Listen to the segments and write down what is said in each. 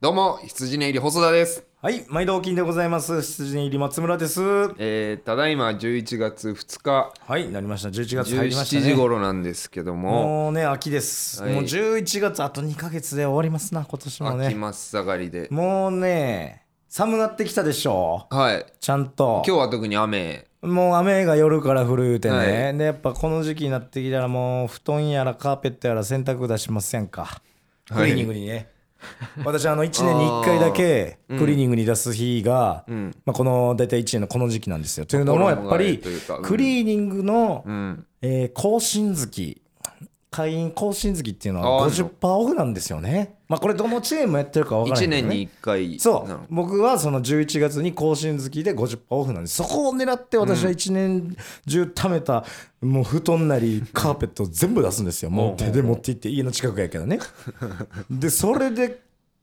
どうも羊ね入り細田です、はい、毎度お金でございます。羊入り松村です。はえー、ただいま11月2日い、なりました。11月入りました17ね。時頃なんですけどももうね、秋です。はいもう11月あと2ヶ月で終わりますな、今年も秋ね。真っ盛りでもうね、寒なってきたでしょ。はいちゃんと。今日は特に雨もう雨が夜から降る言うてね、はいでやっぱこの時期になってきたらもう布団やらカーペットやら洗濯出しませんか、はいクリーニングにね私あの1年に1回だけクリーニングに出す日が、んまあ、この大体1年のこの時期なんですよというのもやっぱ衣替えりというかうんクリーニングの、うんえー更新月会員更新月っていうのああはんの50%オフなんですよねまあこれどのチームもやってるか分からない1け年どねに1回そなうの僕はその11月に更新月で50%オフなんでそこを狙って私は1年中貯めたもう布団なりカーペットを全部出すんですよもう手で持って行って家の近くやけどねでそれで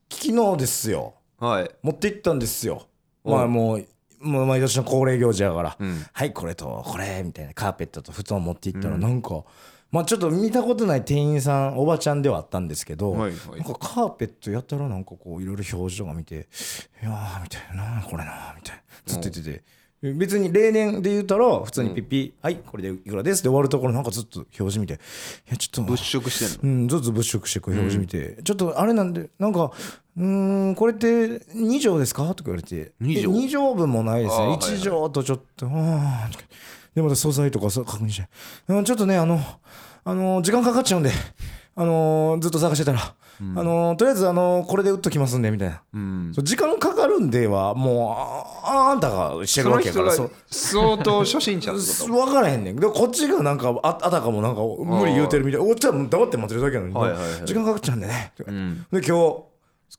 昨日ですよはい持って行ったんですよおまあもうもう毎年の恒例行事やから、んはいこれとこれみたいなカーペットと布団持って行ったらなんか、まあちょっと見たことない店員さんおばちゃんではあったんですけど、はいはいなんかカーペットやたらなんかこういろいろ表情が見て「いやー」みたいな「なあこれな」みたいなずっと言ってて。別に例年で言うたら普通にピッピ、はいこれでいくらです」で終わるところなんかずっと表示見て「いやちょっと物色してんのうん、ずつ物色してこう表示見て、ちょっとあれなんでなんかうーんこれって2畳ですかとか言われて二畳2畳分もないですあーね1畳とちょっと、あーとかでまた素材とかそう確認して、うん、ちょっとねあのあの時間かかっちゃうんであのずっと探してたら、あのとりあえずあのこれで打っときますんでみたいな、うんそう時間かかるんではもうああんたがしてそるのわけや人からがそう相当初心者ってこと分からへんねんでこっちがなんかああたかもなんか無理言うてるみたいこっちは黙って待ってるだけなのに、はいはいはい時間かかっちゃうんでね、 うんで今日今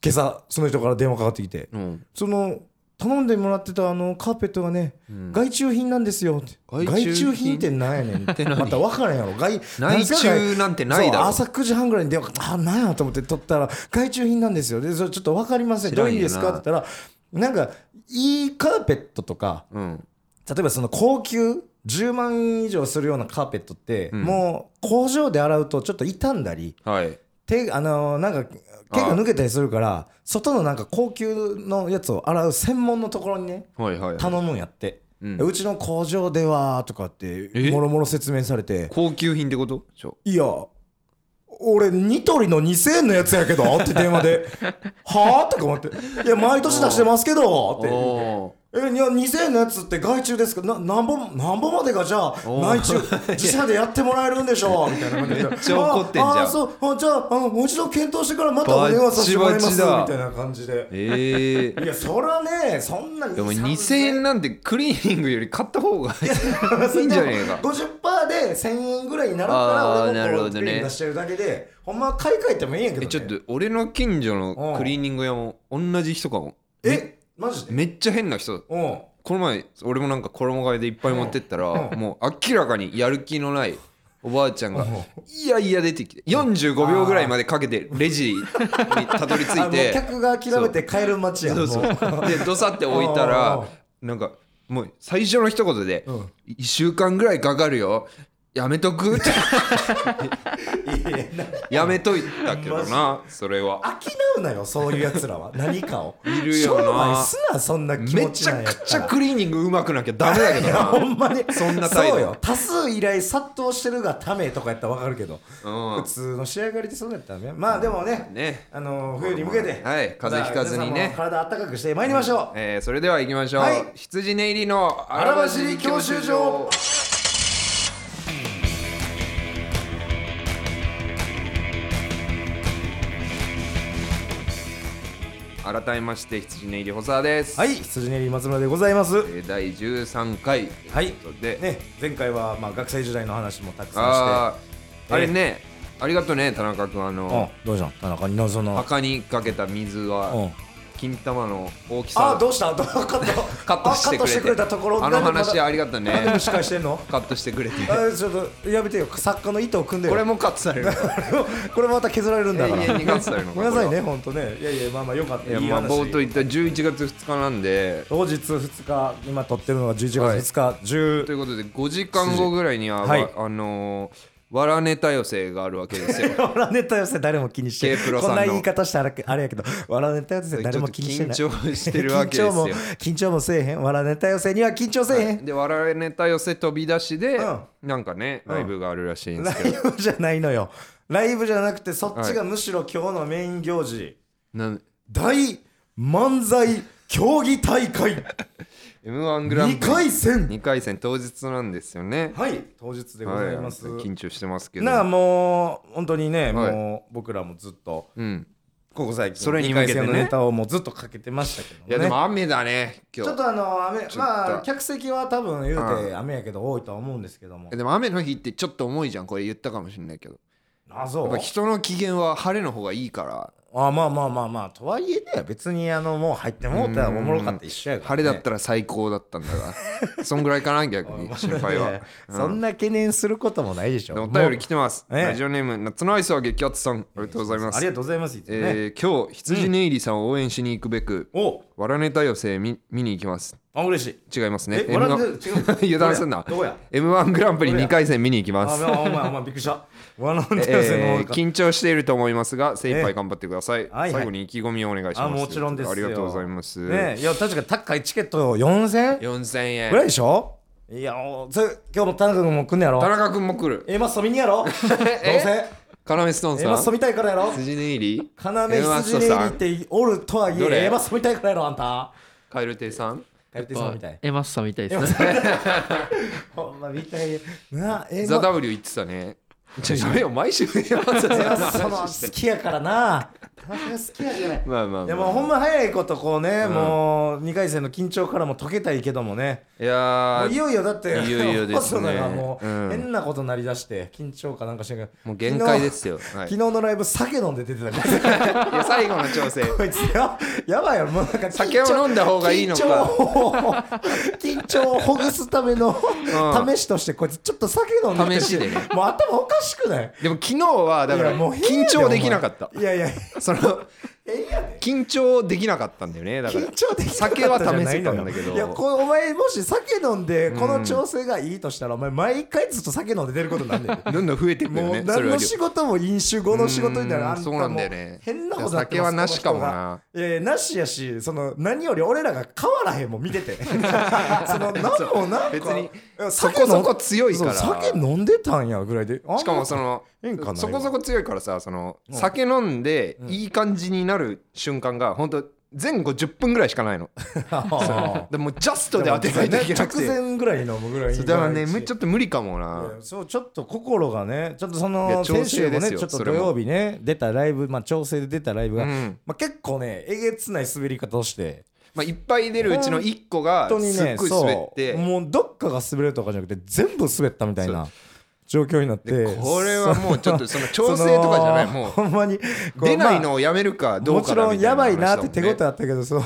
朝その人から電話かかってきて、うんその頼んでもらってたあのカーペットがね、外注品なんですよって外外注注品品ってなんやねんて何また分からへんやろ外内注なんてないだろそう朝9時半ぐらいに電話あなんやと思って取ったら外注品なんですよでそれちょっと分かりません知どらうんよいなうんですかって言ったらなんかいいカーペットとかうん例えばその高級10万以上するようなカーペットって、もう工場で洗うとちょっと傷んだりはい手あのーなんか毛が抜けたりするから外のなんか高級のやつを洗う専門のところにねはいはいはい頼むんやって、ううんちの工場ではとかっえてもろもろ説明されて高級品ってことちょ「いや俺ニトリの2000円のやつやけど」って電話 で「はあ?」とか思って「いや毎年出してますけど」っておえいや2000円のやつって外注ですかななんぼなんぼまでがじゃあお内 注自社でやってもらえるんでしょうみたいな感じでめっちゃ怒ってんじゃんああそうあじゃああのもう一度検討してからまたお電話させてもらいますバッチバチだみたいな感じでーええいやそれはねそんなでも2 2000円なんてクリーニングより買った方がいいんじゃねえ か50%で1000円ぐらいになるあかーらな俺るもほこどうねクリーン出してるだけでほんまは買い替えてもいいんやけど、えね、ちょっと俺の近所のクリーニング屋も同じ人かもえマジでめっちゃ変な人うんこの前俺もなんか衣替えでいっぱい持ってったらうんもう明らかにやる気のないおばあちゃんがうんいやいや出てきて45秒ぐらいまでかけてレジにたどり着あいもうて客が諦めて帰る街やそうそうもうでどさって置いたうんらなんかもう最初の一言でうん「1週間ぐらいかかるよやめと く」っていやいややめといたけどなそれは。飽きうなよそういうやつ らは何かをいるよな商売すなそんな気め持ちちなゃんやっくちたゃらクリーニングうまくなきゃダメだけどいやなほんまにそんな態度そうよ多数依頼殺到してるがためとかやったら分かるけど、うん普通の仕上がりってそうだったらねまあでもね,、ねあのー冬に向けて、はい風邪ひかずにねまあ皆さんも体あったかくしてまいりましょう、えー、それでは行きましょう、はい羊寝入りの荒走り教習所改めまして羊寝入り補佐です、はい羊ねり松村でございますえー第13回はといいうことで、ね前回はまあ学生時代の話もたくさんしあーあれね、ありがとうね田中君あてうんのどうしたの田中になその墓にかけた水うはん金玉の大きあさーどうしたどうカット カットしてあカットしてくくれれてたところあの話ありがとうなんでねも司会して んのカットしてく れてあちょっとやめてよ作家の意図を組んでよこれもカットされるからこれも これまた削られるんだから永遠にカットされるのかごめんなさいこれね本当ねいやいやまあまあよかったいやいいまあ話冒頭言った11月2日なんで当日2日今撮ってるのが11月2日、とい10うことで5時間後ぐらいには、はいあのー笑ネタ寄せがあるわけですよ笑ネタ寄せ誰も気にしてケープロさこんのんな言い方したらあれやけど笑ネタ寄せ 誰も気にしてないちょっと緊張してるわけですよ緊張も緊張もせえへん笑ネタ寄せには緊張せえへん、で笑いネタ寄せ飛び出しで、うんなんかねライブがあるらしいんでラすけど、イブじゃないのよライブじゃなくてそっちがむしろ今日のメイン行事、なん大漫才競技大会 m 1グランプ2リ回戦二回戦当日なんですよねはい当日でございます、はい緊張してますけどなあもう本当にね、はいもう僕らもずっとうんここ最近それに向けてね二回戦のネタをもうずっとかけてましたけどねいやでも雨だね今ちょ日っとあの雨ちょっとまあ客席は多分言ううて雨やけど多いとは思うんですけどもでも雨の日ってちょっと重いじゃんこれ言ったかもしれないけどあやそっうぱ人の機嫌は晴れの方がいいからあまあまあまあまあとはいえね別にあのもう入ってもうたらおもろかった一緒やから、晴ね、れだったら最高だったんだ がそんぐらいかな逆に心配はうんそんな懸念することもないでしょでお便り来てますええラジオネーム夏のアイスは激アツさんありがとうございまあすりがとうございますいつもねえー今日羊ネイリさんを応援しに行くべくおわらネタ寄せ見見に行きますあ嬉しい違いますねえ M1 笑って違う 油断すんなどこや M1 グランプリ2回戦見に行きあまおす前お前お前びっく りした笑うんだよそえのー緊張していると思いますが精一杯頑張ってください、はいはい最後に意気込みをお願いしますあもちろんですよありがとうございます、ねいや確かに高いチケット4000円4000円ぐらいでしょいやおそれ今日も田中君も来んねやろ田中君も来る A マス飛びに やろどう要せストー A マンスさ飛んびたいからやろ辻根入り要エマ羊ストネイリさーっんておるとはいどれえ A マス飛びたいからやろあんたカエル亭さん帰ってそうみたいエマスさんみたいですね。 ほんまみたいなあ A ザ・マ W 言ってたねちょそれよ毎週エマストさ A マんのスその話して好きやからな田中好きやじゃないまあまあまあでもほんま早いことこうね、うんもう2回戦の緊張からも解けたいけどもねいやもういーよいよだっていよいよですね細田がもううん変なことなりだして緊張かなんかしてるもう限界ですよ、は昨い、日いのライブ酒飲んで出てた からや最後の調 整こいつよやばいよもうなんか緊張酒を飲んだ方がいいの緊張かを緊張をほぐすためのん試しとしてこいつちょっと酒飲んで試しでねもう頭おかしくないでも昨日はだからいやもう変緊や張できなかったいやいやそのええやん緊張できなかったんだよねだから緊張できなかった酒はじゃ試なせいたのんだけよどいやこうお前もし酒飲んでこの調整がいいとしたら、お前毎回ずっと酒飲んで出ることに なんねんどんどん増えてくるよもねうそ何れはの仕事も飲酒後の仕事になうるんあんたもそうなんだよね変なことやってます酒はなしかもなこの人がいやいやなしやしその何より俺らが変わらへんもん見てて その何もなんか別にそこ酒飲んそこ強いからそう酒飲んでたんやぐらいであんましかもそ の変化ないわそこそこ強いからさその酒飲んでいい感じになる瞬間が本当前後10分ぐらいしかないのでもジャストで当てないといけなくて直前ぐらい飲むぐらいそうだからねめめちょっと無理かもいなやそうちょっと心がねちょっとそいのや調整先週もでねすよちょっとそれ土も曜日ね出たライブまあ調整で出たライブが、うんまあ、結構ねえげつない滑り方をしてまあいっぱい出るうちの1個が本当にすっねごい滑っそうてもうどっかが滑るとかじゃなくて全部滑ったみたいな状況になってでこれはもうちょっとそのそ調整とかじゃないそのもうほんまにこう出ないまあのをやめるかどうもかちだろみんたやいなば話いなだっもんてね手応えあったけどそう、 ん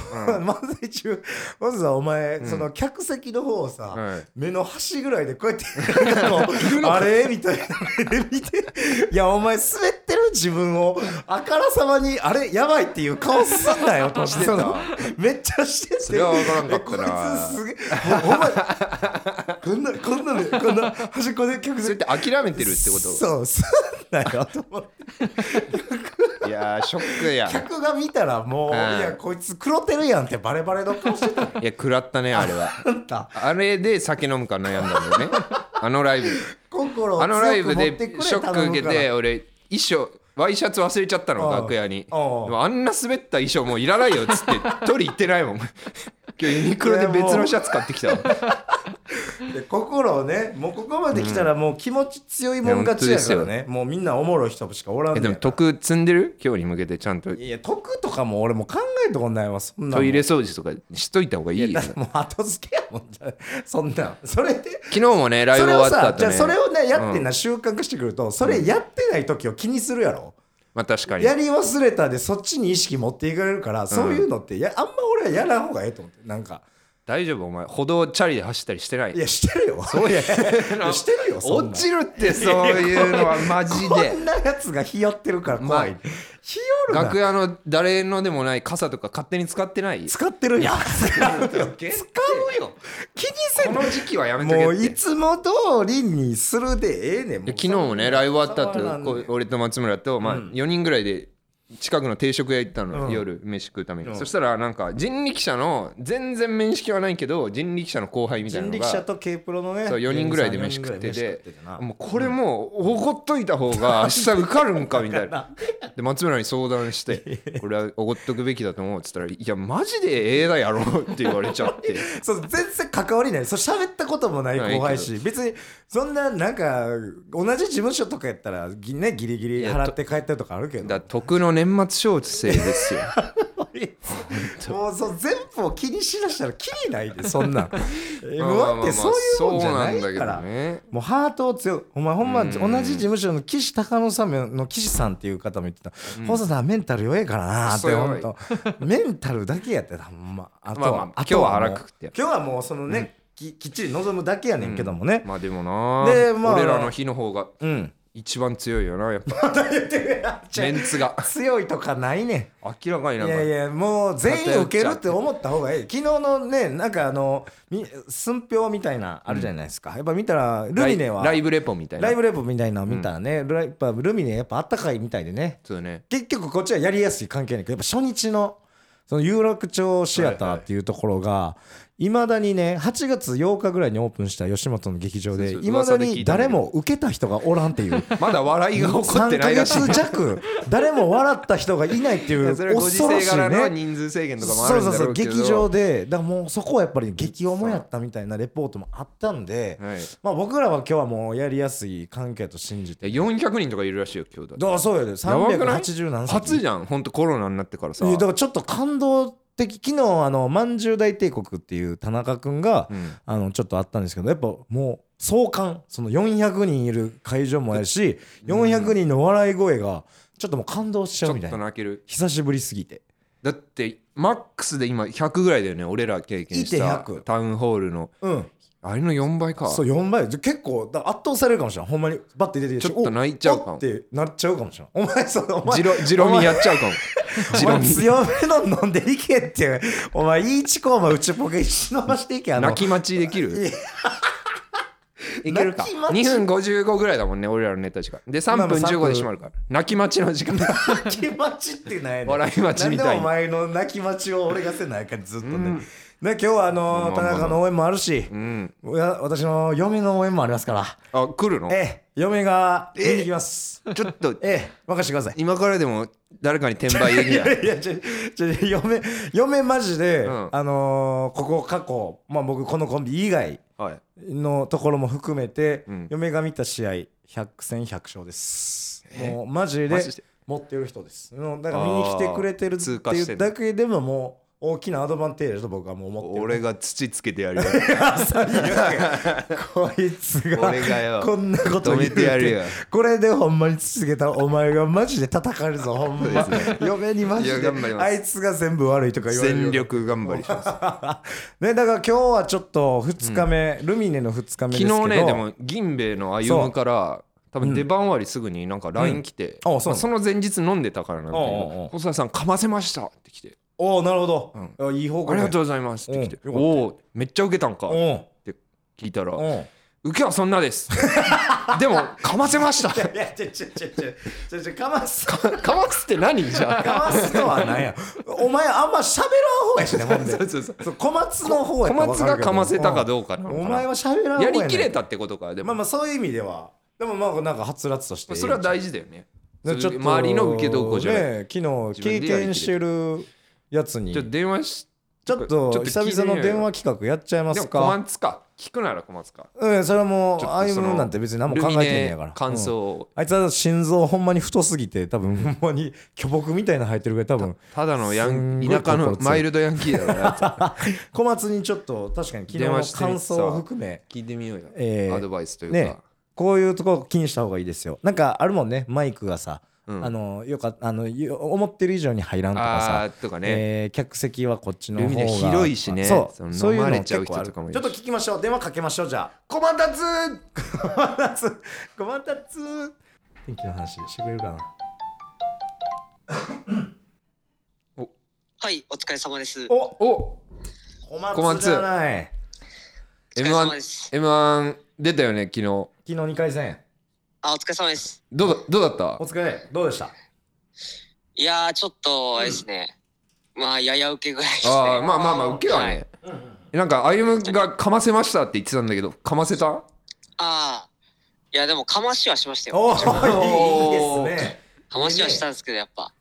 漫才中まずはお前、その客席の方をさ、はい目の端ぐらいでこうやって なんかこうあれみたいな目で見ていやお前滑ってる自分をあからさまにあれやばいっていう顔す んなよとしてためっちゃしててそれは分からんかったなえこいつすげえもうお前こんなこんなでこんな端っこで客それっ席て諦めてるってこそうすんなよと思って。といやーショックや客が見たらもう、うんいやこいつ黒てるやんってバレバレの顔してたいや食らったねあれはんだあれで酒飲むか悩んだんだよ ねあのライブ心をあのライブで強く持ってくれショック受けて頼む俺衣装ワイシャツ忘れちゃったのああ楽屋にでああもあんな滑った衣装もういらないよっつって取り行ってないもん今日ユニクロで別のシャツ買ってき たわからで心をねもうここまで来たらもう気持ち強いもん勝ちやからね、もうみんなおもろい人しかおらんえねんでも得積んでる今日に向けてちゃんといや得とかも俺もう考えたことないわそんなトイレレ掃除とかしといた方がいいよ昨もう後付けやもんじゃそんなんそれで日もねライそブれ終わをったさ後じゃあねそれをねやってんな、習慣化してくるとそれやってない時を気にするやろ、まあ確かにやり忘れたでそっちに意識持っていかれるから、そういうのってやあんま俺はやらん方がええと思ってなんか大丈夫お前歩道チャリで走ったりしてないいやしてるよそういやしてるよそ落んなちるってそういうのはマジこでんなやつがひよってるから怖い、まひよるな楽屋の誰のでもない傘とか勝手に使ってない使ってるやん使うよ気にせこんの時期はやめとけ もっうていつも通りにするでええねんもでう昨日もねライブ終わったそうなんだ後よこう俺と松村と、まあ、うん4人ぐらいで近くの定食屋行ったの、うん夜飯食うために、うんそしたらなんか人力車の全然面識はないけど人力車の後輩みたいな人の力車がと K プロのねそう4人ぐらいで飯食4人ぐっらてい飯て食なもうこれもう怒っといた方が明日受かるんかみたい なで松村に相談して「これは怒っとくべきだと思う」っつったら「いやマジでええだやろ」って言われちゃってそう全然関わりないそう喋ったこともない後輩し別にそんななんか同じ事務所とかやったらぎねギリギリ払って帰ったりとかあるけど だ得の年末小生ですよもうそう全部を気にしだしたら気にないでそん なん m まあまあま1っあてそういうもんじゃないそうなんだかけらどねもうハートを強くお前ほんまうん同じ事務所の岸隆乃さんの岸さんっていう方も言ってた「細田さんメンタル弱いからな」ってそうほんと メンタルだけやってたほんまあとまあまはああと今日はもう腹くくって今日はもうそのねききっちり望むだけやねんけどもねまあでもなでまあ俺らの日の方がうん一番強いよなやっ ぱメンツが強いとかないねん明らかになんいかやいやもう全員受けるって思った方がいい昨日のねなんかあのみ寸評みたいなあるじゃないですか、やっぱ見たらルライミネはラライイブレポみたいなブレポみたいなの見たらね、ルやっぱルミネやっぱあったかいみたいでねそうね結局こっちはやりやすい関係ないけどやっぱ初日のその有楽町シアターっていうところがいまだにね8月8日ぐらいにオープンした吉本の劇場でそうそういまだ噂で聞にいたんだ誰けども受けた人がおらんっていう。まだ 笑いが起こってないらしい3ヶ月弱誰も笑った人がいないってい いうやそれはご時恐ろ世しい柄のね人数制限とかもあそうるんそうだそろううけど劇場でだからもうそこはやっぱり激重やったみたいなレポートもあったんで、はいまあ、僕らは今日はもうやりやすい関係と信じていや400人とかいるらしいよ今日だってだからそうやでやばくない380何歳初じゃんほんとコロナになってからさいやだからちょっと感動的昨日あの「まんじゅう大帝国」っていう田中君が、うんあのちょっとあったんですけどやっぱもう壮観その400人いる会場もやし、400人の笑い声がちょっともう感動しちちゃょうっみたいとな泣ける久しぶりすぎてだってマックスで今100ぐらいだよね俺ら経験した1.100タウンホールのうんあれの4倍かそう4倍で結構だ圧倒されるかもしれないほんまにバッて出てきてちょっと泣いちゃうかもおってなっちゃうかもしれないお 前そのお前ジロジロミやっちゃうかもジおロ前ミ強めの飲んでいけってお前いいちこお前内ポケ忍ばしていけあの泣き待ちできるいけるか泣き待ち2分55ぐらいだもんね俺らのネタ時間で3分まあまあ15で閉まるから泣き待ちの時間泣き待ちってないねん笑い待ちみたいになんでお前の泣き待ちを俺がせないかずっとねで今日はあのーま田あまあまあ中の応援もあるしうんいや私の嫁の応援もありますからあ来るのええ嫁が見に行きますちょっとええ任せてください今からでも誰かに転売できいないやいや、ちょ、ちょ、嫁、嫁マジで、んあのーここ過去、まあ僕このコンビ以外はいのところも含めて、うん嫁が見た試合、100戦100勝です。えもうマジマでジで持ってる人です。もうだから見に来てくれてるっあーて通過しいてうるだけでももう、大きなアドバンテージだと僕はもう思ってる。俺が土つけてやるよ 朝に言うけこいつが俺がよこんなこと言う止めてやるよこれでほんまに続けたらお前がマジで叩かれるぞほんま、そうです嫁にマジいでや頑張りますあいつ が全部悪いとか言われるよ全力頑張りしますねだから今日はちょっと2日目、ルミネの2日目ですけど昨日ねでも銀兵衛の歩むから多分出番終わりすぐになんか LINE 来て、うんあそうまあその前日飲んでたからなんだけおうおうおうど細田さんかませましたって来ておおなるほど、あいい方向ありがとううございますって来て、うんよかったおおめっちゃ受けたんかっんて聞いたら、うん受けはそんなですでもかませましたいやちょちょちょちょちょちょかますかかますって何じゃあますとはなんやお前あんま喋らん方やしねほん でそうそうそうそう小松の方小やったらわ松かるがけどかませたかどうかなのかなお前は喋らん方やねりきれたってことかでまあも、まあそういう意味ではでもまあなんかはつらつとしてそれは大事だよねねそういう周りの受けどこうじゃない、ね昨日経験してるやつにちょっと電話しちょっとちょっと久聞いてみようよ々の電話企画やっちゃいまですもか小松か聞くなら小松かうんそれはもちうょっとそのあいむなんて別に何も考えてんねやかルミらネ感想をうんあいつは心臓ほんまに太すぎて多分ほんまに巨木みたいなの入ってるぐらい多分ただのヤンすんごい田舎心の強いマイルドヤンキーだから小松にちょっと確かに昨日電の話してみ感想を含め聞いてみようよ、 えーアドバイスというか、ねこういうとこ気にした方がいいですよなんかあるもんねマイクがさうんあのよかあのよ思ってる以上に入らんとかさあーとかね、えー客席はこっちのル方ミネが広いしねそそのうそういう飲のまれちゃう結人構あとるちかょもっいとるし聞きましょう電話かけましょうじゃあコマ立つ ごまたつ天気の話してくれるかなはい、お疲れ様です。おおお小松じゃない疲れ様です。 m 1出たよね昨日ど昨日2回戦あ、お疲れ様です。うだどうだったお疲れどうでしたいやー、ちょっと、あれですね。まあ、やや受けぐらいですね。ああまあまあまあ受けはね、なんか歩夢がかませましたって言ってたんだけどかませたあーいや、でも、かましはしましたよ。 おおいおーいですねかましはしたんですけど、やっぱ。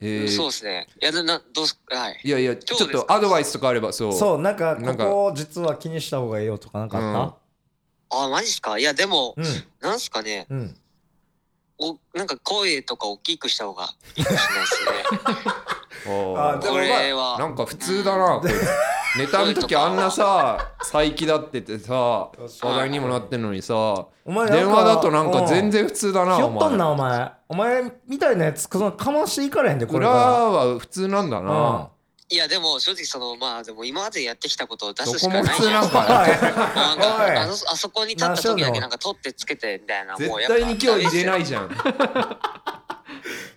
えーそうですね。いや、なな、どうす、はい。いやいやちょっとアドバイスとかあればそうそうなんかなこんかこ実は気にした方がいいよとかなんかあっあー、マジっすかいや、でもた、うなんすかね。んうんお、なんか声とか大きくした方がいいかもしれないですね。 あーあでこもれなは。んか普通だなこい つネタの時あんなさ再起だっててさ話題にもなってんのにさお前なんか電話だとなんか全然普通だひなよおっとん前なお前お前みたいなやつそのかましていかれへんでこれ裏かは普通なんだらうんなはいや、でも、正直、その、まあ、でも、今までやってきたことを出どすしこかなもいじゃ普 ん通なんかななんおいかあのあそこに立った時だけなんか取ってつけてみたいな もう絶やっぱ対に今日入れないいじゃん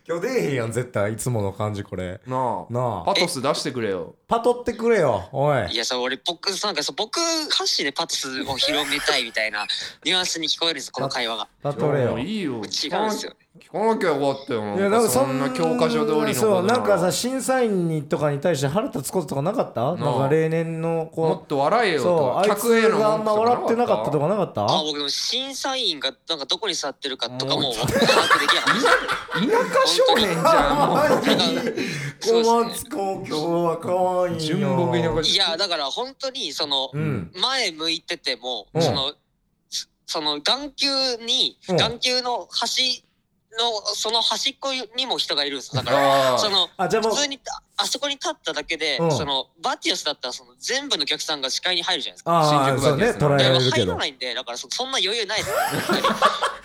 今日出えへんやん絶対いつもの感じこれな あなあパトス出してくれよパトってくれよおいいやそう俺僕なんかそう僕発信でパ トスを広めたいみたいなニュアンスに聞こえるんですこの会話がパトれもよういいよ違うんですよ聞かなきゃよかったよいなやなかんんかそそんんなな教科書通りのそうことなんからさ審査員にとかに対して腹立つこととかなかったなんか例年のもこっと笑えうよそうとあいつ客への文句があんま笑ってなかったとかかなかったあ僕でも審査員がなんかどこに座ってるかとかももう把握できなかった です田舎少年じゃんもうあマジそ う小です松子今日は可愛い よ純朴田舎ねいやだから本当にそのうん前向いててもうんそのそその眼球にうん眼球の端のその端っこにも人がいるんですよだからあそーのあじゃあもう普通にああそこに立っただけで、うんそのバティオスだったらその全部のお客さんが視界に入るじゃないですか。あ新あ宿そバージョうンねですね捉えでらもれるけ入らどないんで、だからそそんな余 裕ないですよ、本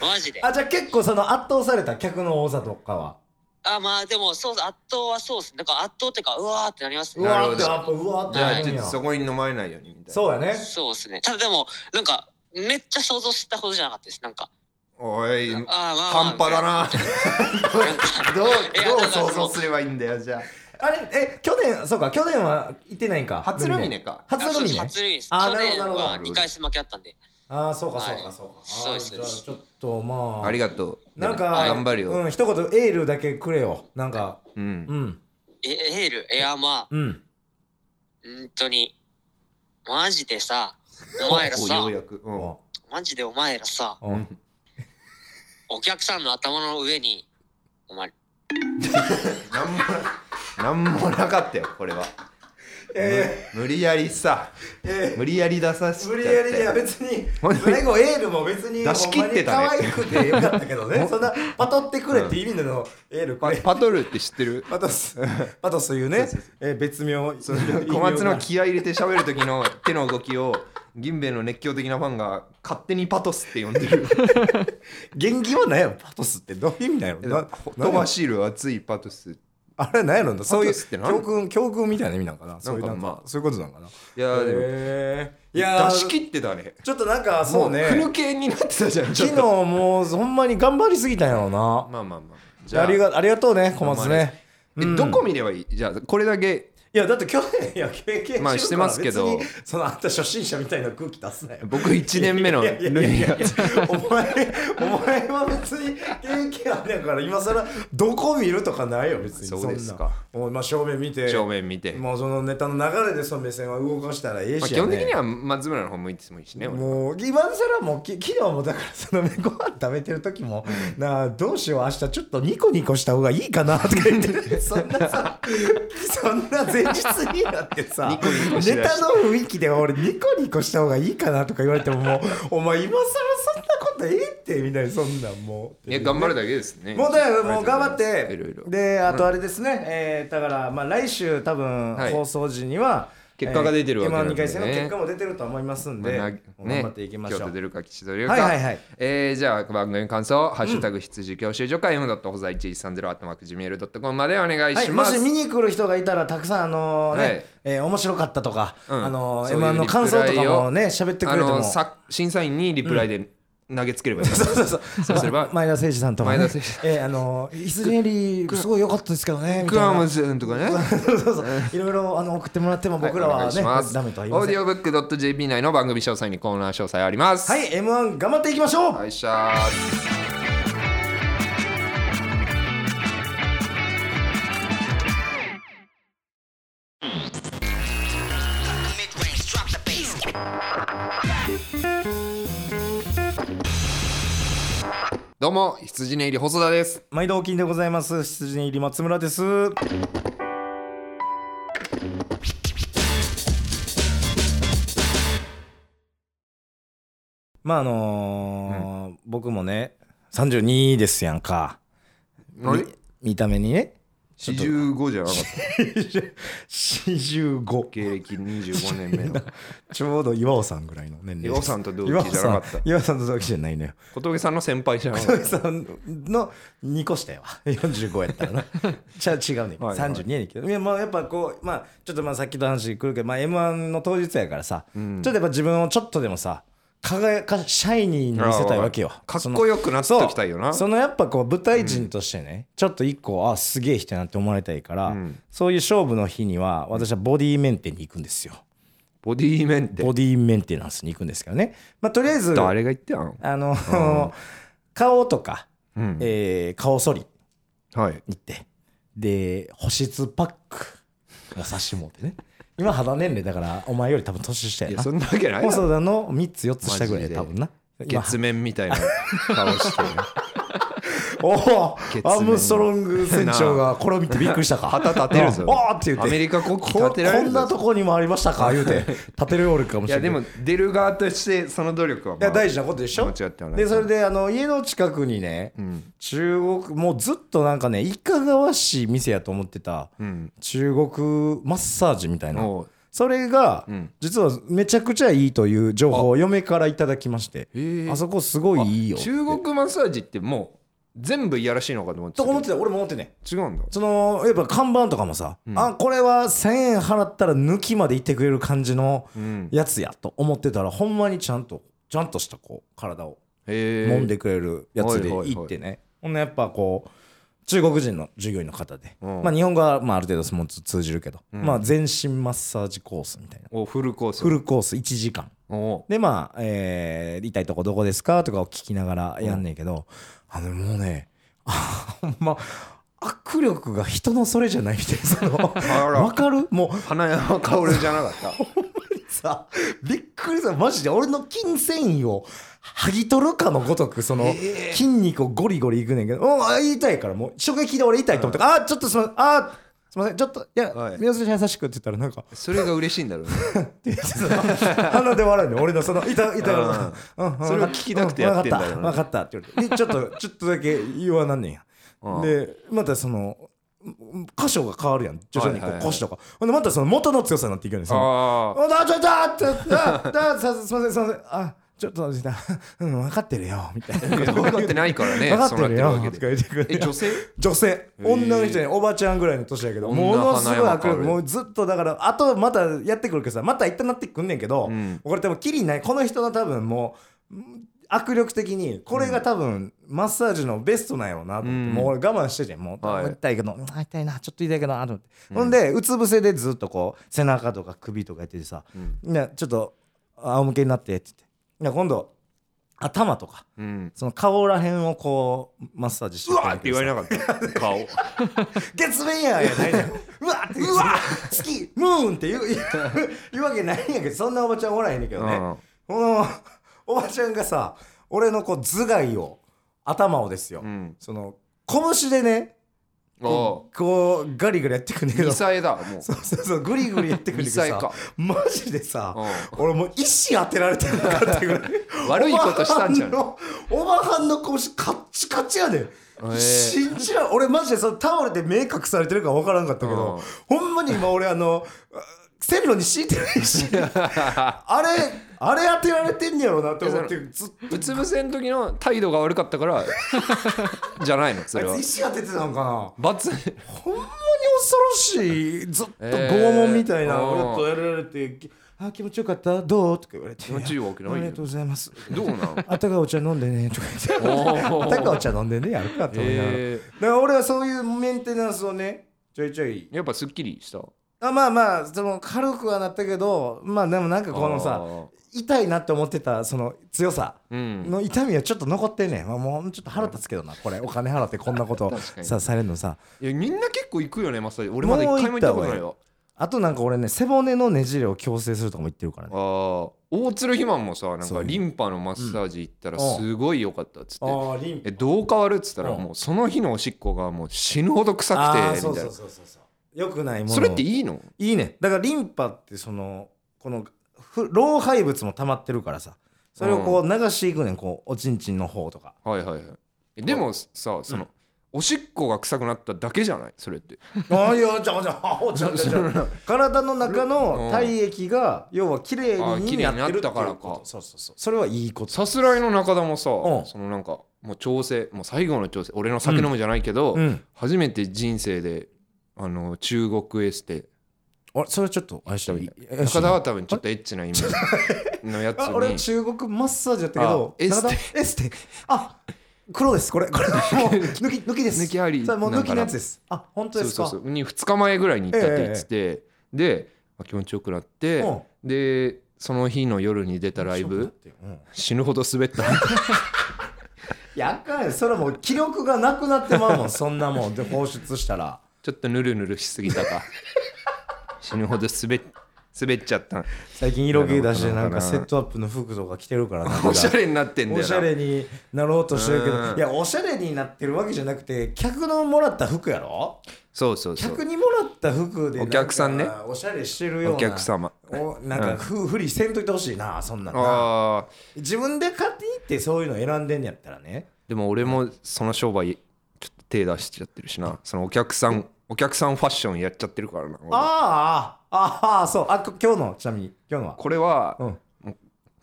当にマジで。あじゃあ結構その圧倒された客の多さとかはあ、まあでもそう圧倒はそうですね。だから圧倒っていうか、うわーってなりますうね。なるわほどーってやっぱうわーってじゃなあるちんょっやとそこに飲まれないようにみたいなそうやねそうですね。ただでも、なんか、めっちゃ想像したほどじゃなかったです。なんか、おいあーまあ、半端だなな。な んかどういやどうだから想像すればいいんだよじゃあれえ去年そうか去年は行ってないんかあ初ルミネか初ルミネ初ルミネです。あ去なるほ年どなるほどは2回戦負けあったんで。ああそうかそうはかいそうか、あーそうですそうですじゃあちょっとまあありがとうなんか頑張るようん一言エールだけくれよなんかうんうんえ、エール、いや、まあ、うん本当に、マジでさ、お前らおよさう、やくううんマジでお前らさ、んうんお客さんの頭の上に、お前、なんもなんも なかったよこれはえ無理やりさーえ無理やり出させちゃー無っ理てやりいや別にほんとに最後エールも別に出し切ってたねほんまに可愛くてよかったけ どねそんなパトってくれって意味でのエールくパれパトルって知ってるパト スパトスというねえー別名小松の気合い入れて喋る時 の手の動きを銀兵衛の熱狂的なファンが勝手にパトスって呼んで る原義は何やろパトスってどういう意味なんやろな飛ばしる熱いパトスいあれ何やろなそういパトスってう何教訓教訓みたいな意味なんかなそういうなんかなんかまあそういうことなんかなやーでもへーいやー出し切ってたねちょっとなんかそうねもう古系になってたじゃんちょ昨っ日ともうほんまに頑張りすぎたんやろうなまあまあまあじありがありがとうね小松ねえうんどこ見ればいいじゃあこれだけいやだって去年いや経験してるからまあしてますけど別にそのあんた初心者みたいな空気出すなよ僕1年目のルいやいやいやミいネやお前お前は別に経験あるやから今更どこ見るとかないよ別にそうですかそんなもうまあ正面見て正面見て、まもうそのネタの流れでその目線は動かしたらええあ、し基やね本的には松村の方向いてもいいしね俺もう今更もうき昨日もだからそのご飯食べてる時もなあどうしよう明日ちょっとニコニコした方がいいかなとか言ってる そんなさそんな前日になってさニコニコしだしてネタの雰囲気で俺ニコニコした方がいいかなとか言われてももうお前今更そんなことええってみたいなそんなんもういや頑張るだけですねもうだよもう頑張っいろいろてであとあれですね、えーだからまあ来週多分はい放送時には、結果が出てるわけなん今2で回戦の結ね果。も出てると思いますんまあで、な頑張っていきましょう京都出るか吉と出るか、はいはいはいえーじゃあ番組感想「ハッシュタグ羊教習所か M. ほざい1130」「アットマーク Gmail.com」までお願いはい、しもます、し見に来る人がいたらたくさんあのね、はいえー面白かったとか、うんあのそういう m 1の感想とリプラかイをもね喋ってくあれてもの さ審査員にリプライで投げつければいい、そうそうそうすれば 前田誠司さんとか、ね、前田誠司さえーあの羊ネリーすごい良かったですけどねみたいクアなマズンとかね そうそうそういろいろあの送ってもらっても僕らはお願いしね、ますダメとは言いませんオーディオブックドット JP 内の番組詳細にコーナー詳細ありますはい m 1頑張っていきましょう、よいしょーどうも羊ねいり細田です毎度お金でございます羊ネリー松村ですまああのー僕もね32ですやんかあれみ見た目にね四十五じゃなかった45芸歴二十五年目のちょうど岩尾さんぐらいの年齢です岩尾さんと同期じゃなかった岩尾さん岩尾さんと同期じゃないのよ 小峠さんの先輩じゃなか岩っ尾さんの2個下やわ45やっ たらなじゃあ違うねんけどはいはい32やねんけどいやまあやっぱこうまあちょっとまあさっきの話来るけど、まあ、m 1の当日やからさ、ちょっとやっぱ自分をちょっとでもさ輝かシャイニーに見せたいわけよあーかっそのこよくなっときたいよなそうそのやっぱこう舞台人としてね、ちょっと一個あすげえ人やなって思われたいから、んそういう勝負の日には私はボディメンテに行くんですよボディメンテボディメンテナンスに行くんですけどねまあとりあえず誰が言ってたのあの、顔とか、うんえー顔剃りはい行ってで保湿パックを差しもうてね今肌年齢だからお前より多分年下いややなそんなわけないだろ細田の3つ4つ下ぐらいで多分な今月面みたいな顔してるおお月面アームストロング船長がこれを見てびっくりしたか旗立てるぞおーって言ってアメリカ国旗立てられこるこんぞなとこにもありました か言うて立てるよるかもいしやれないでも出る側としてその努力は、いまあ、や大事なことでしょ間違ってはないでそれであの家の近くにね、ん中国もうずっとなんかねいかがわしい店やと思ってた、うん中国マッサージみたいなおうそれが、ん実はめちゃくちゃいいという情報を嫁からいただきましてへえあそこすごいいいよ中国マッサージってもう全部いやらしいのかと思ってとたけど思ってた俺も思ってね違うんだそのやっぱ看板とかもさ、あこれは1000円払ったら抜きまでいってくれる感じのうんやつやと思ってたらほんまにちゃんとちゃんとしたこう体をへえ揉んでくれるやつではいはいはい行ってねほんでやっぱこう中国人の従業員の方で、うんまあ、日本語はまあある程度もう通じるけど、まあ、全身マッサージコースみたいなおフルコースフルコース1時間おうでまあ、えー痛いとこどこですかとかを聞きながらやんねんけど、あのもうね あほんま握力が人のそれじゃないみたいなそのあらわかるもう花山薫じゃなかった さびっくりしたマジで俺の筋繊維を剥ぎ取るかのごとくその筋肉をゴリゴリいくねんけど、うんあ痛いからもう衝撃で俺痛いと思って、あちょっとすいませんあすいませんちょっといやはい宮崎さん優しくって言ったらなんかそれが嬉しいんだろうねって言ってさ 鼻で笑うね俺のその痛い痛いうんうんそれを聞きたくてやってんだろうね分かった分かったって言われてでちょっとちょっとだけ言わなんねんやうんでまたその箇所が変わるやん徐々にこはいうはいはい腰とかほんでまたその元の強さになっていくよねそのあああだだだってだださすいませんすいませんあちょっと待ってうん分かってるよみたいな分かってないからね 分かってるよそうなとってかる言わってくけでえれ女て性女性女の人におばちゃんぐらいの年やけど女ものすごい花山握薫力もうずっとだからあとまたやってくるけどさまた痛なってくんねんけど、んこれ多分キリないこの人の多分もうん握力的にこれが多分マッサージのベストなんやろうなと思って、うんもう俺我慢しててもう、はい痛いけどうん痛いなちょっと痛いけどなと思って、ほんでうつ伏せでずっとこう背中とか首とかやっててさ、ねちょっと仰向けになってって言っていや今度頭とかうんその顔らへんをこうマッサージしてうくわれーるって言われなかった顔 月面やんや ないねんうわってうわ月ムーンって言う言う言うわけないんやけどそんなおばちゃんおらへんねんけどね、うんこのおばちゃんがさ俺のこう頭蓋を頭をですよ、うんその拳でねおこうこうガリガリやってくんねんけうどミサエだもうそうそうそうグリグリやってくんねんミけどサエさかマジでさう俺もう石当てられてなかったぐらい 悪いことしたんじゃないおばはんの拳カッチカチやねん、ー信じらん俺マジでそのタオルで目隠されてるから分からんかったけど、ほんまに今俺あのあ線路に敷いてない しあれあれ当てられてんやろうなって思ってずっとうつ伏せの時の態度が悪かったから じゃないのそれあはいつ石が出てたんかな罰ほんまに恐ろしいずっと拷問みたいなえー俺とやられて「あー気持ちよかったどう?」とか言われて「持ちいいわけないよありが とうございます」どうなんあたかお茶飲んでねとか言ってお あたかお茶飲んでねやるかと思いながらだえから俺はそういうメンテナンスをねちょいちょいーやっぱすっきりしたあまあまあその軽くはなったけどまあでもなんかこのあさー痛いなって思ってたその強さうんの痛みはちょっと残ってんねん、まあ、もうちょっと腹立つけどなこれお金払ってこんなこと確かにさされるのさいやみんな結構行くよねマスター俺まだ一回も行ったことないわあとなんか俺ね背骨のねじれを矯正するとかも言ってるからあねー大鶴肥満もさなんそかうリンパのマッサージ行ったらうんすごい良かったっつってあリンえどう変わるっつったらうんもうその日のおしっこがもう死ぬほど臭くてあみーたいなそそうそうそうそうそうよくないものれっていいのいいねだからリンパってそのこのふ老廃物も溜まってるからさそれをこう流していくねんこうおちんちんの方とかはいはいはいえでもさその、おしっこが臭くなっただけじゃないそれってああいやじゃあじゃあおちゃんちゃんちゃ ん体の中の体液が要は綺麗あー綺に麗なになっってるってたいからかうことそうそうそうそれはいいことさすらいの中田もさ、うんそのなんかもう調整もう最後の調整俺の酒飲むじゃないけど、うん初めて人生であの中国エステあれそれちょっとあれしたい中田は多分ちょっとエッチなイメージのやつあ俺に中国マッサージやったけどあエステ中田エステあ黒ですこれこれもう 抜き抜きです抜きありそれもうなん抜かきなのやつですあ本当そうですそかうそうに2日前ぐらいに行ったって言ってて、でまあ気持ちよくなってうんでその日の夜に出たライブうん死ぬほど滑 ったいやあかんよそれもう気力がなくなってまうもんそんなもんで放出したらちょっとぬるぬるしすぎたか死ぬほど滑っ滑っちゃった最近色気出してなんかセットアップの服とか着てるからなんかおしゃれになってんだよ おなしゃれになろうとしてるけうどんいやおしゃれになってるわけじゃなくて客のもらった服やろそうそうそう客にもらった服でなんかお客さんねおしゃれしてるようおな客様おなんかふふりせんといてほしいなそんなんなあー自分で買っていってそういうの選んでんやったらねでも俺もその商売ちょっと手出しちゃってるしなそのお客さんお客さんファッションやっちゃってるからな俺ああああそうあこ今日のちなみに今日のはこれは、うん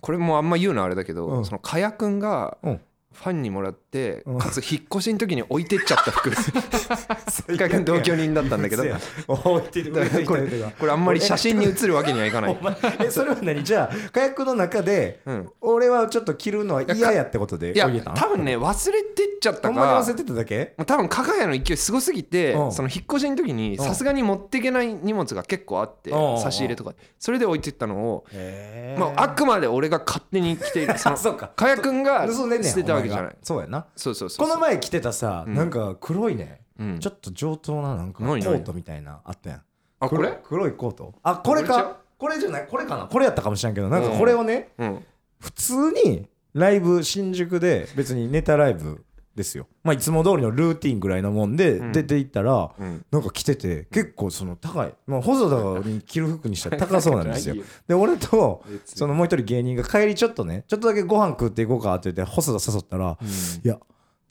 これもあんま言うのはあれだけど、うんそのかやくんがうんファンにもらって、うんかつ引っ越しの時に置いてっちゃった 服かやくん同居人だったん だけど嘘や置いてる置いてるこれ置いてるこれあんまり写真に写るわけに はいかないお前えそれは何じゃあ火薬の中で、うん俺はちょっと着るのは嫌やってことでいや泳げたん多分ね忘れてっちゃったかほんまに忘れてただけもう多分加賀谷の勢いすごすぎて、うんその引っ越しの時にうんさすがに持っていけない荷物が結構あって、うん差し入れとかそれで置いてったのを、へまあ、あくまで俺が勝手に着ている そのそうか加谷君が盗んでんねん捨てたわけじゃおな前いがそうやなそうそうそうこの前着てたさ、うんなんか黒いね、うんちょっと上等ななんかコ何何ートみたいなあったやんあこれ黒いコートあこれこれちゃうかこれじゃないこれかなこれやったかもしれんけどなんかこれをね、うん普通にライブ新宿で別にネタライブですよまあいつも通りのルーティンぐらいのもんでうん出て行ったら、うんなんか着てて結構その高い、まあ、細田に着る服 にしたら高そうなんですよないよで俺と別にそのもう一人芸人が帰りちょっとねちょっとだけご飯食っていこうかって言って細田誘ったら、いや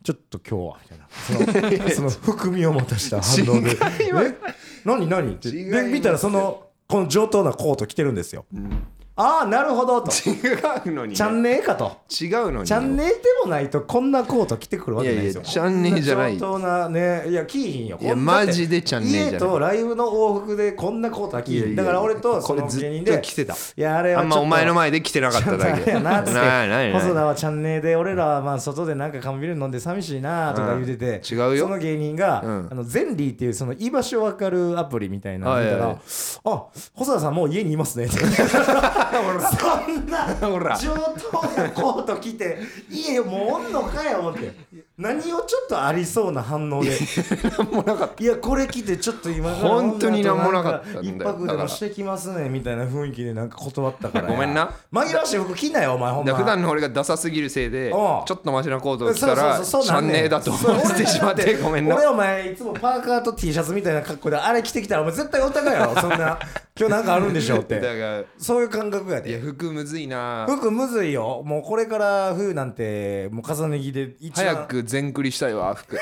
ちょっと今日はみたいなそ のその含みを持たした反応で「え何何?」って違いで見たらそのこの上等なコート着てるんですよ、ああなるほ どと違うのにねちゃんねえかと。違うのにチャンネルでもないとこんなコート着てくるわけないですよ。いやいやチャンネルじゃないこんな上等なね、いや、着いひんよ。いやこんなマジでチャンネルじゃない家とライブの往復でこんなコートは着いいやいひん。やだから俺とそこれのず芸人っとで、着てたいや、あれはあちょんっとまお前の前で着てなかっただちょっとけあれやなっつってないないない細田はチャンネルで俺らはまあ外でなんか缶ビール飲んで寂しいなとか言うてて、うん違うよその芸人が、うんあのゼンリーっていうその居場所わかるアプリみたいなのはい見はいたはいら、あ細田さんもう家にいますね ってそんなほら上等なコート着て家もうおんのかよ思って何をちょっとありそうな反応で もうなかったいやこれ着てちょっと今から本当になんもなかったんだよ一泊でもしてきますねみたいな雰囲気でなんか断ったからごめんな紛らわしい服着なよお前ほんだまから普段の俺がダサすぎるせいでちおょうっとマシなコートそをう着そたうそらうチそうャなんンねんネルだと思そうってしまって俺ごめんな俺お前いつもパーカーと T シャツみたいな格好であれ着てきたらお前絶対お高いやろそんな今日なんかあるんでしょっだかてらそういう感覚やいやで服むずいな服むずいよもうこれから冬なんてもう重ね着で一番早く全クリしたいわ服い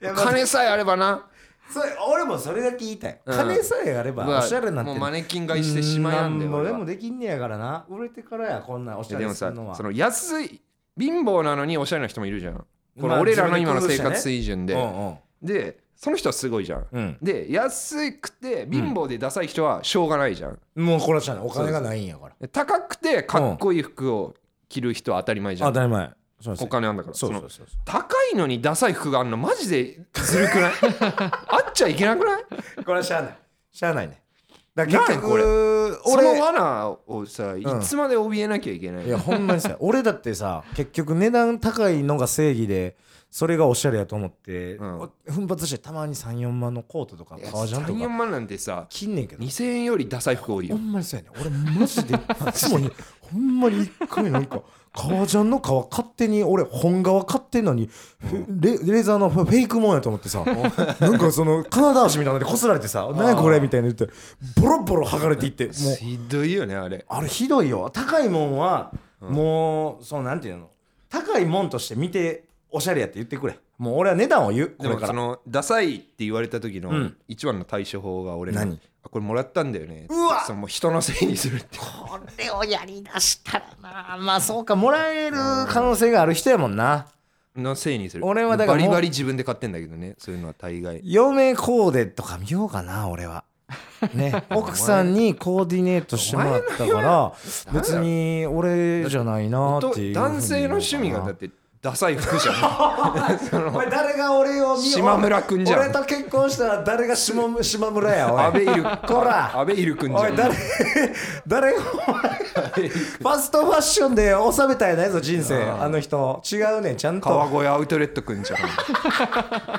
やまあ 金さえあればなそれ俺もそれだけ言いたい、うん金さえあればおしゃれになってもうるマネキン買いしてしまいなんでうも俺ではもできんねやからな売れてからやこんなおしゃでれもすさるのはその安い貧乏なのにおしゃれな人もいるじゃんこまのあ俺らの今の生活水準うで、んでその人はすごいじゃんうんで安くて貧乏でダサい人はしょうがないじゃんうんもうこれはしゃあないお金がないんやからで高くてかっこいい服を着る人は当たり前じゃあん当たり前そうですお金あんだからそうそうのそうそう高いのにダサい服があんのマジでずるく ないあっちゃいけなくないこれはしゃあないしゃあないねだから結局その 俺罠をさいつまで怯えなきゃいけない、いや ほんまにさ俺だってさ結局値段高いのが正義でそれがおしゃれやと思って、うんお奮発してたまに34万のコートとか革ジャンと34か万なんてさ着んねんけど2000円よりダサい服多いほよんまにそうやねん俺マ ジでいつもにほんまに一回なんか革ジャンの革勝手に俺本革買ってんのに、レレーザーのフェイクもんやと思 ってさなんかその金田足みたいなのでこすられてさ「何やこれ」みたいな言ってボロボロ剥がれていってもうひどいよねあれあれひどいよ高いもんはもう、そうなんていうの高いもんとして見ておしゃれやって言ってくれもう俺は値段を言うこでれもかそらのダサいって言われた時のうん一番の対処法が俺の何あこれもらったんだよねうわそのもう人のせいにするっ てこれをやりだしたらなまあそうかもらえる可能性がある人やもんなのせいにする俺はだかバらもうリバリ自分で買ってんだけどねそういうのは大概嫁コーデとか見ようかな俺は。 ね、奥さんにコーディネートしてもらったから別に俺じゃないなっていう男性の趣味がだってダサい服 じゃお前誰が俺をん見島村くんじゃん俺と結婚したら誰が 島島村やおい安倍いるこら安倍いるくんじおゃいん誰 誰がお前ファストファッションで収めたいないぞ人生あの人違うねんちゃん川と越アウトレットくんじ ゃん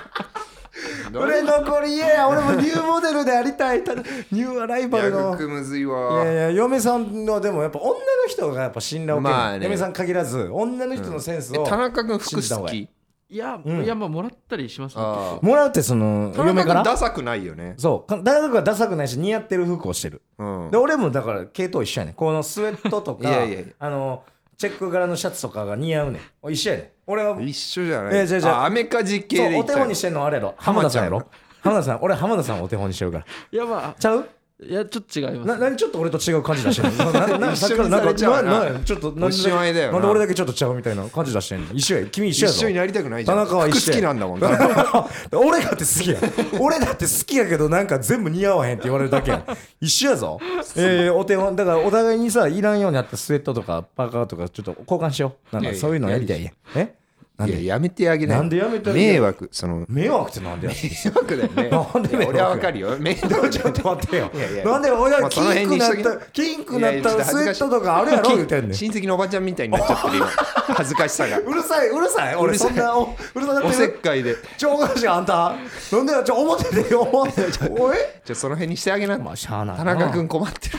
売れ残り家や俺もニューモデルでありたいただニューアライいバルやの服むずいいやいわや嫁さんのでもやっぱ女の人がやっぱ信頼を受ける、まあね嫁さん限らず女の人のセンスえを、田中くん服信じた方好がいきいいや、んいやまあもらったりしますねあもらうってそのあ田中嫁かくんらダサくないよねそうか大学はダサくないし似合ってる服をしてるうんで俺もだから系統一緒やねんこのスウェットと かいやいやいやあのチェック柄のシャツとかが似合うねん一緒やねん俺は一緒じゃないいや違う違うあアメカジ系そでういお手本にしてんのあれやろ浜田さんやろ浜田さん俺浜田さんをお手本にしてるからいやまちゃうあいやちょっと違いますな何ちょっと俺と違う感じ出してる のなななさっきからなん一緒にされちゃかうなななちょっとなんでおしまいだよななんで俺だけちょっとちゃうみたいな感じ出してんの一緒や君一緒一やぞ緒になりたくないじゃん田中は一緒服好きなんだもん 俺だって好きや俺だって好きやけどなんか全部似合わへんって言われるだけや一緒や ぞえー、お手本だからお互いにさいらんようにあったスウェットとかパーカーとかちょっと交換しようなんいやかいやそういうのやりたいやんえなんいやでやめてあげないなんでやめてあげない迷惑その迷惑ってなんでや迷惑だよねなんで迷惑いや俺はわかるよ迷惑ちょっと待ってよいやいやなんで俺まがあキその辺ンクになしっときたキンクなったスウェットとか あるやろ言うてんねん親戚のおばちゃんみたいになっちゃってるよ 恥ずかしさがうるさいうるさい俺そんなおうるさなおっせてっるかいでちょおかしいあんたなんでよちょ表でよ表 でおいじゃあその辺にしてあげなまあしゃあない田な中君困ってる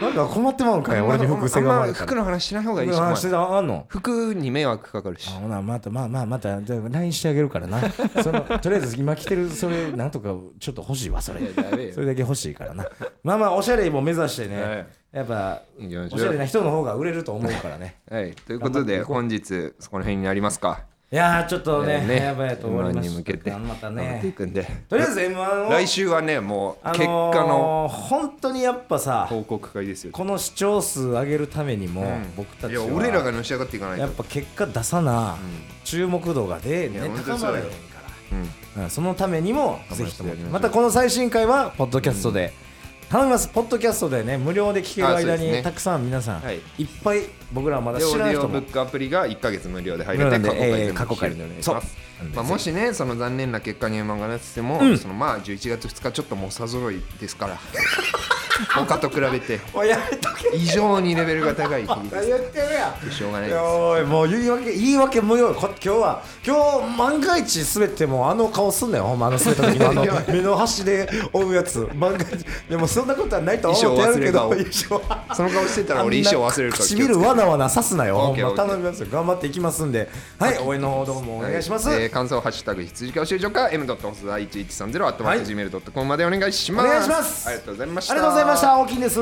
なんか困ってまうんかい俺に服あせんがままれた服らの話しない方がいいしあしてたあんの服に迷惑かかるしあほなまたまあまあまたじゃあ LINE してあげるか らなそのとりあえず今着てるそれなんとかちょっと欲しいわそれやべえよそれだけ欲しいからなまあまあおしゃれも目指してね、はいやっぱいきましょうおしゃれな人の方が売れると思うからねはいということで本日そこの辺になりますかいやーちょっとねねやばいと思い M1 まにし向けてたまた頑張っていねくんでとりあえず M1 を来週はねもうあ結果のーの本当にやっぱさ報告会ですよこの視聴数上げるためにも、僕たいちやは俺らがのし上がっていかないやっとぱ結果出さな、注目度がで、いやね、本当高にそまうるだやよろから、うん、そのためにも頑張ぜらひせてとやもりましょうまたこの最新回はポッドキャストで、頼みますポッドキャストでね無料で聞けるあそうで間すに、ねたくさん皆さん、はいい、っぱい僕らはまだでオ知ーらないディオ人ブもックアプリが1か月無料で入れて無料なんでえー過去回全部聞けるんでお願いしますそうまあ、もしねその残念な結果に漫画なってても、そのまあ11月2日ちょっと猛者揃いですから 他と比べておいやめとけ異常にレベルが高い日言ってるやんでしょうがないいでやすおいもう言い訳言い訳無用こ今日は今日万が一滑ってもあの顔すんなよほんまあの滑った時の あの目の端で追うやつ万が一でもそんなことはないとは思ってやるけど衣衣装はその顔してたら俺あんな衣装忘れるから唇わなわな刺すなよオほッんケーまオッケー頼みますよ頑張っていきますんではい応援の方どうもお願いします、はえー感想はハッシュタグ羊教習所か m ドットスだ1130 at はい gmail ドットコムまでお願いします。お願いしますありがとうございました。ありがとうございました大きいんです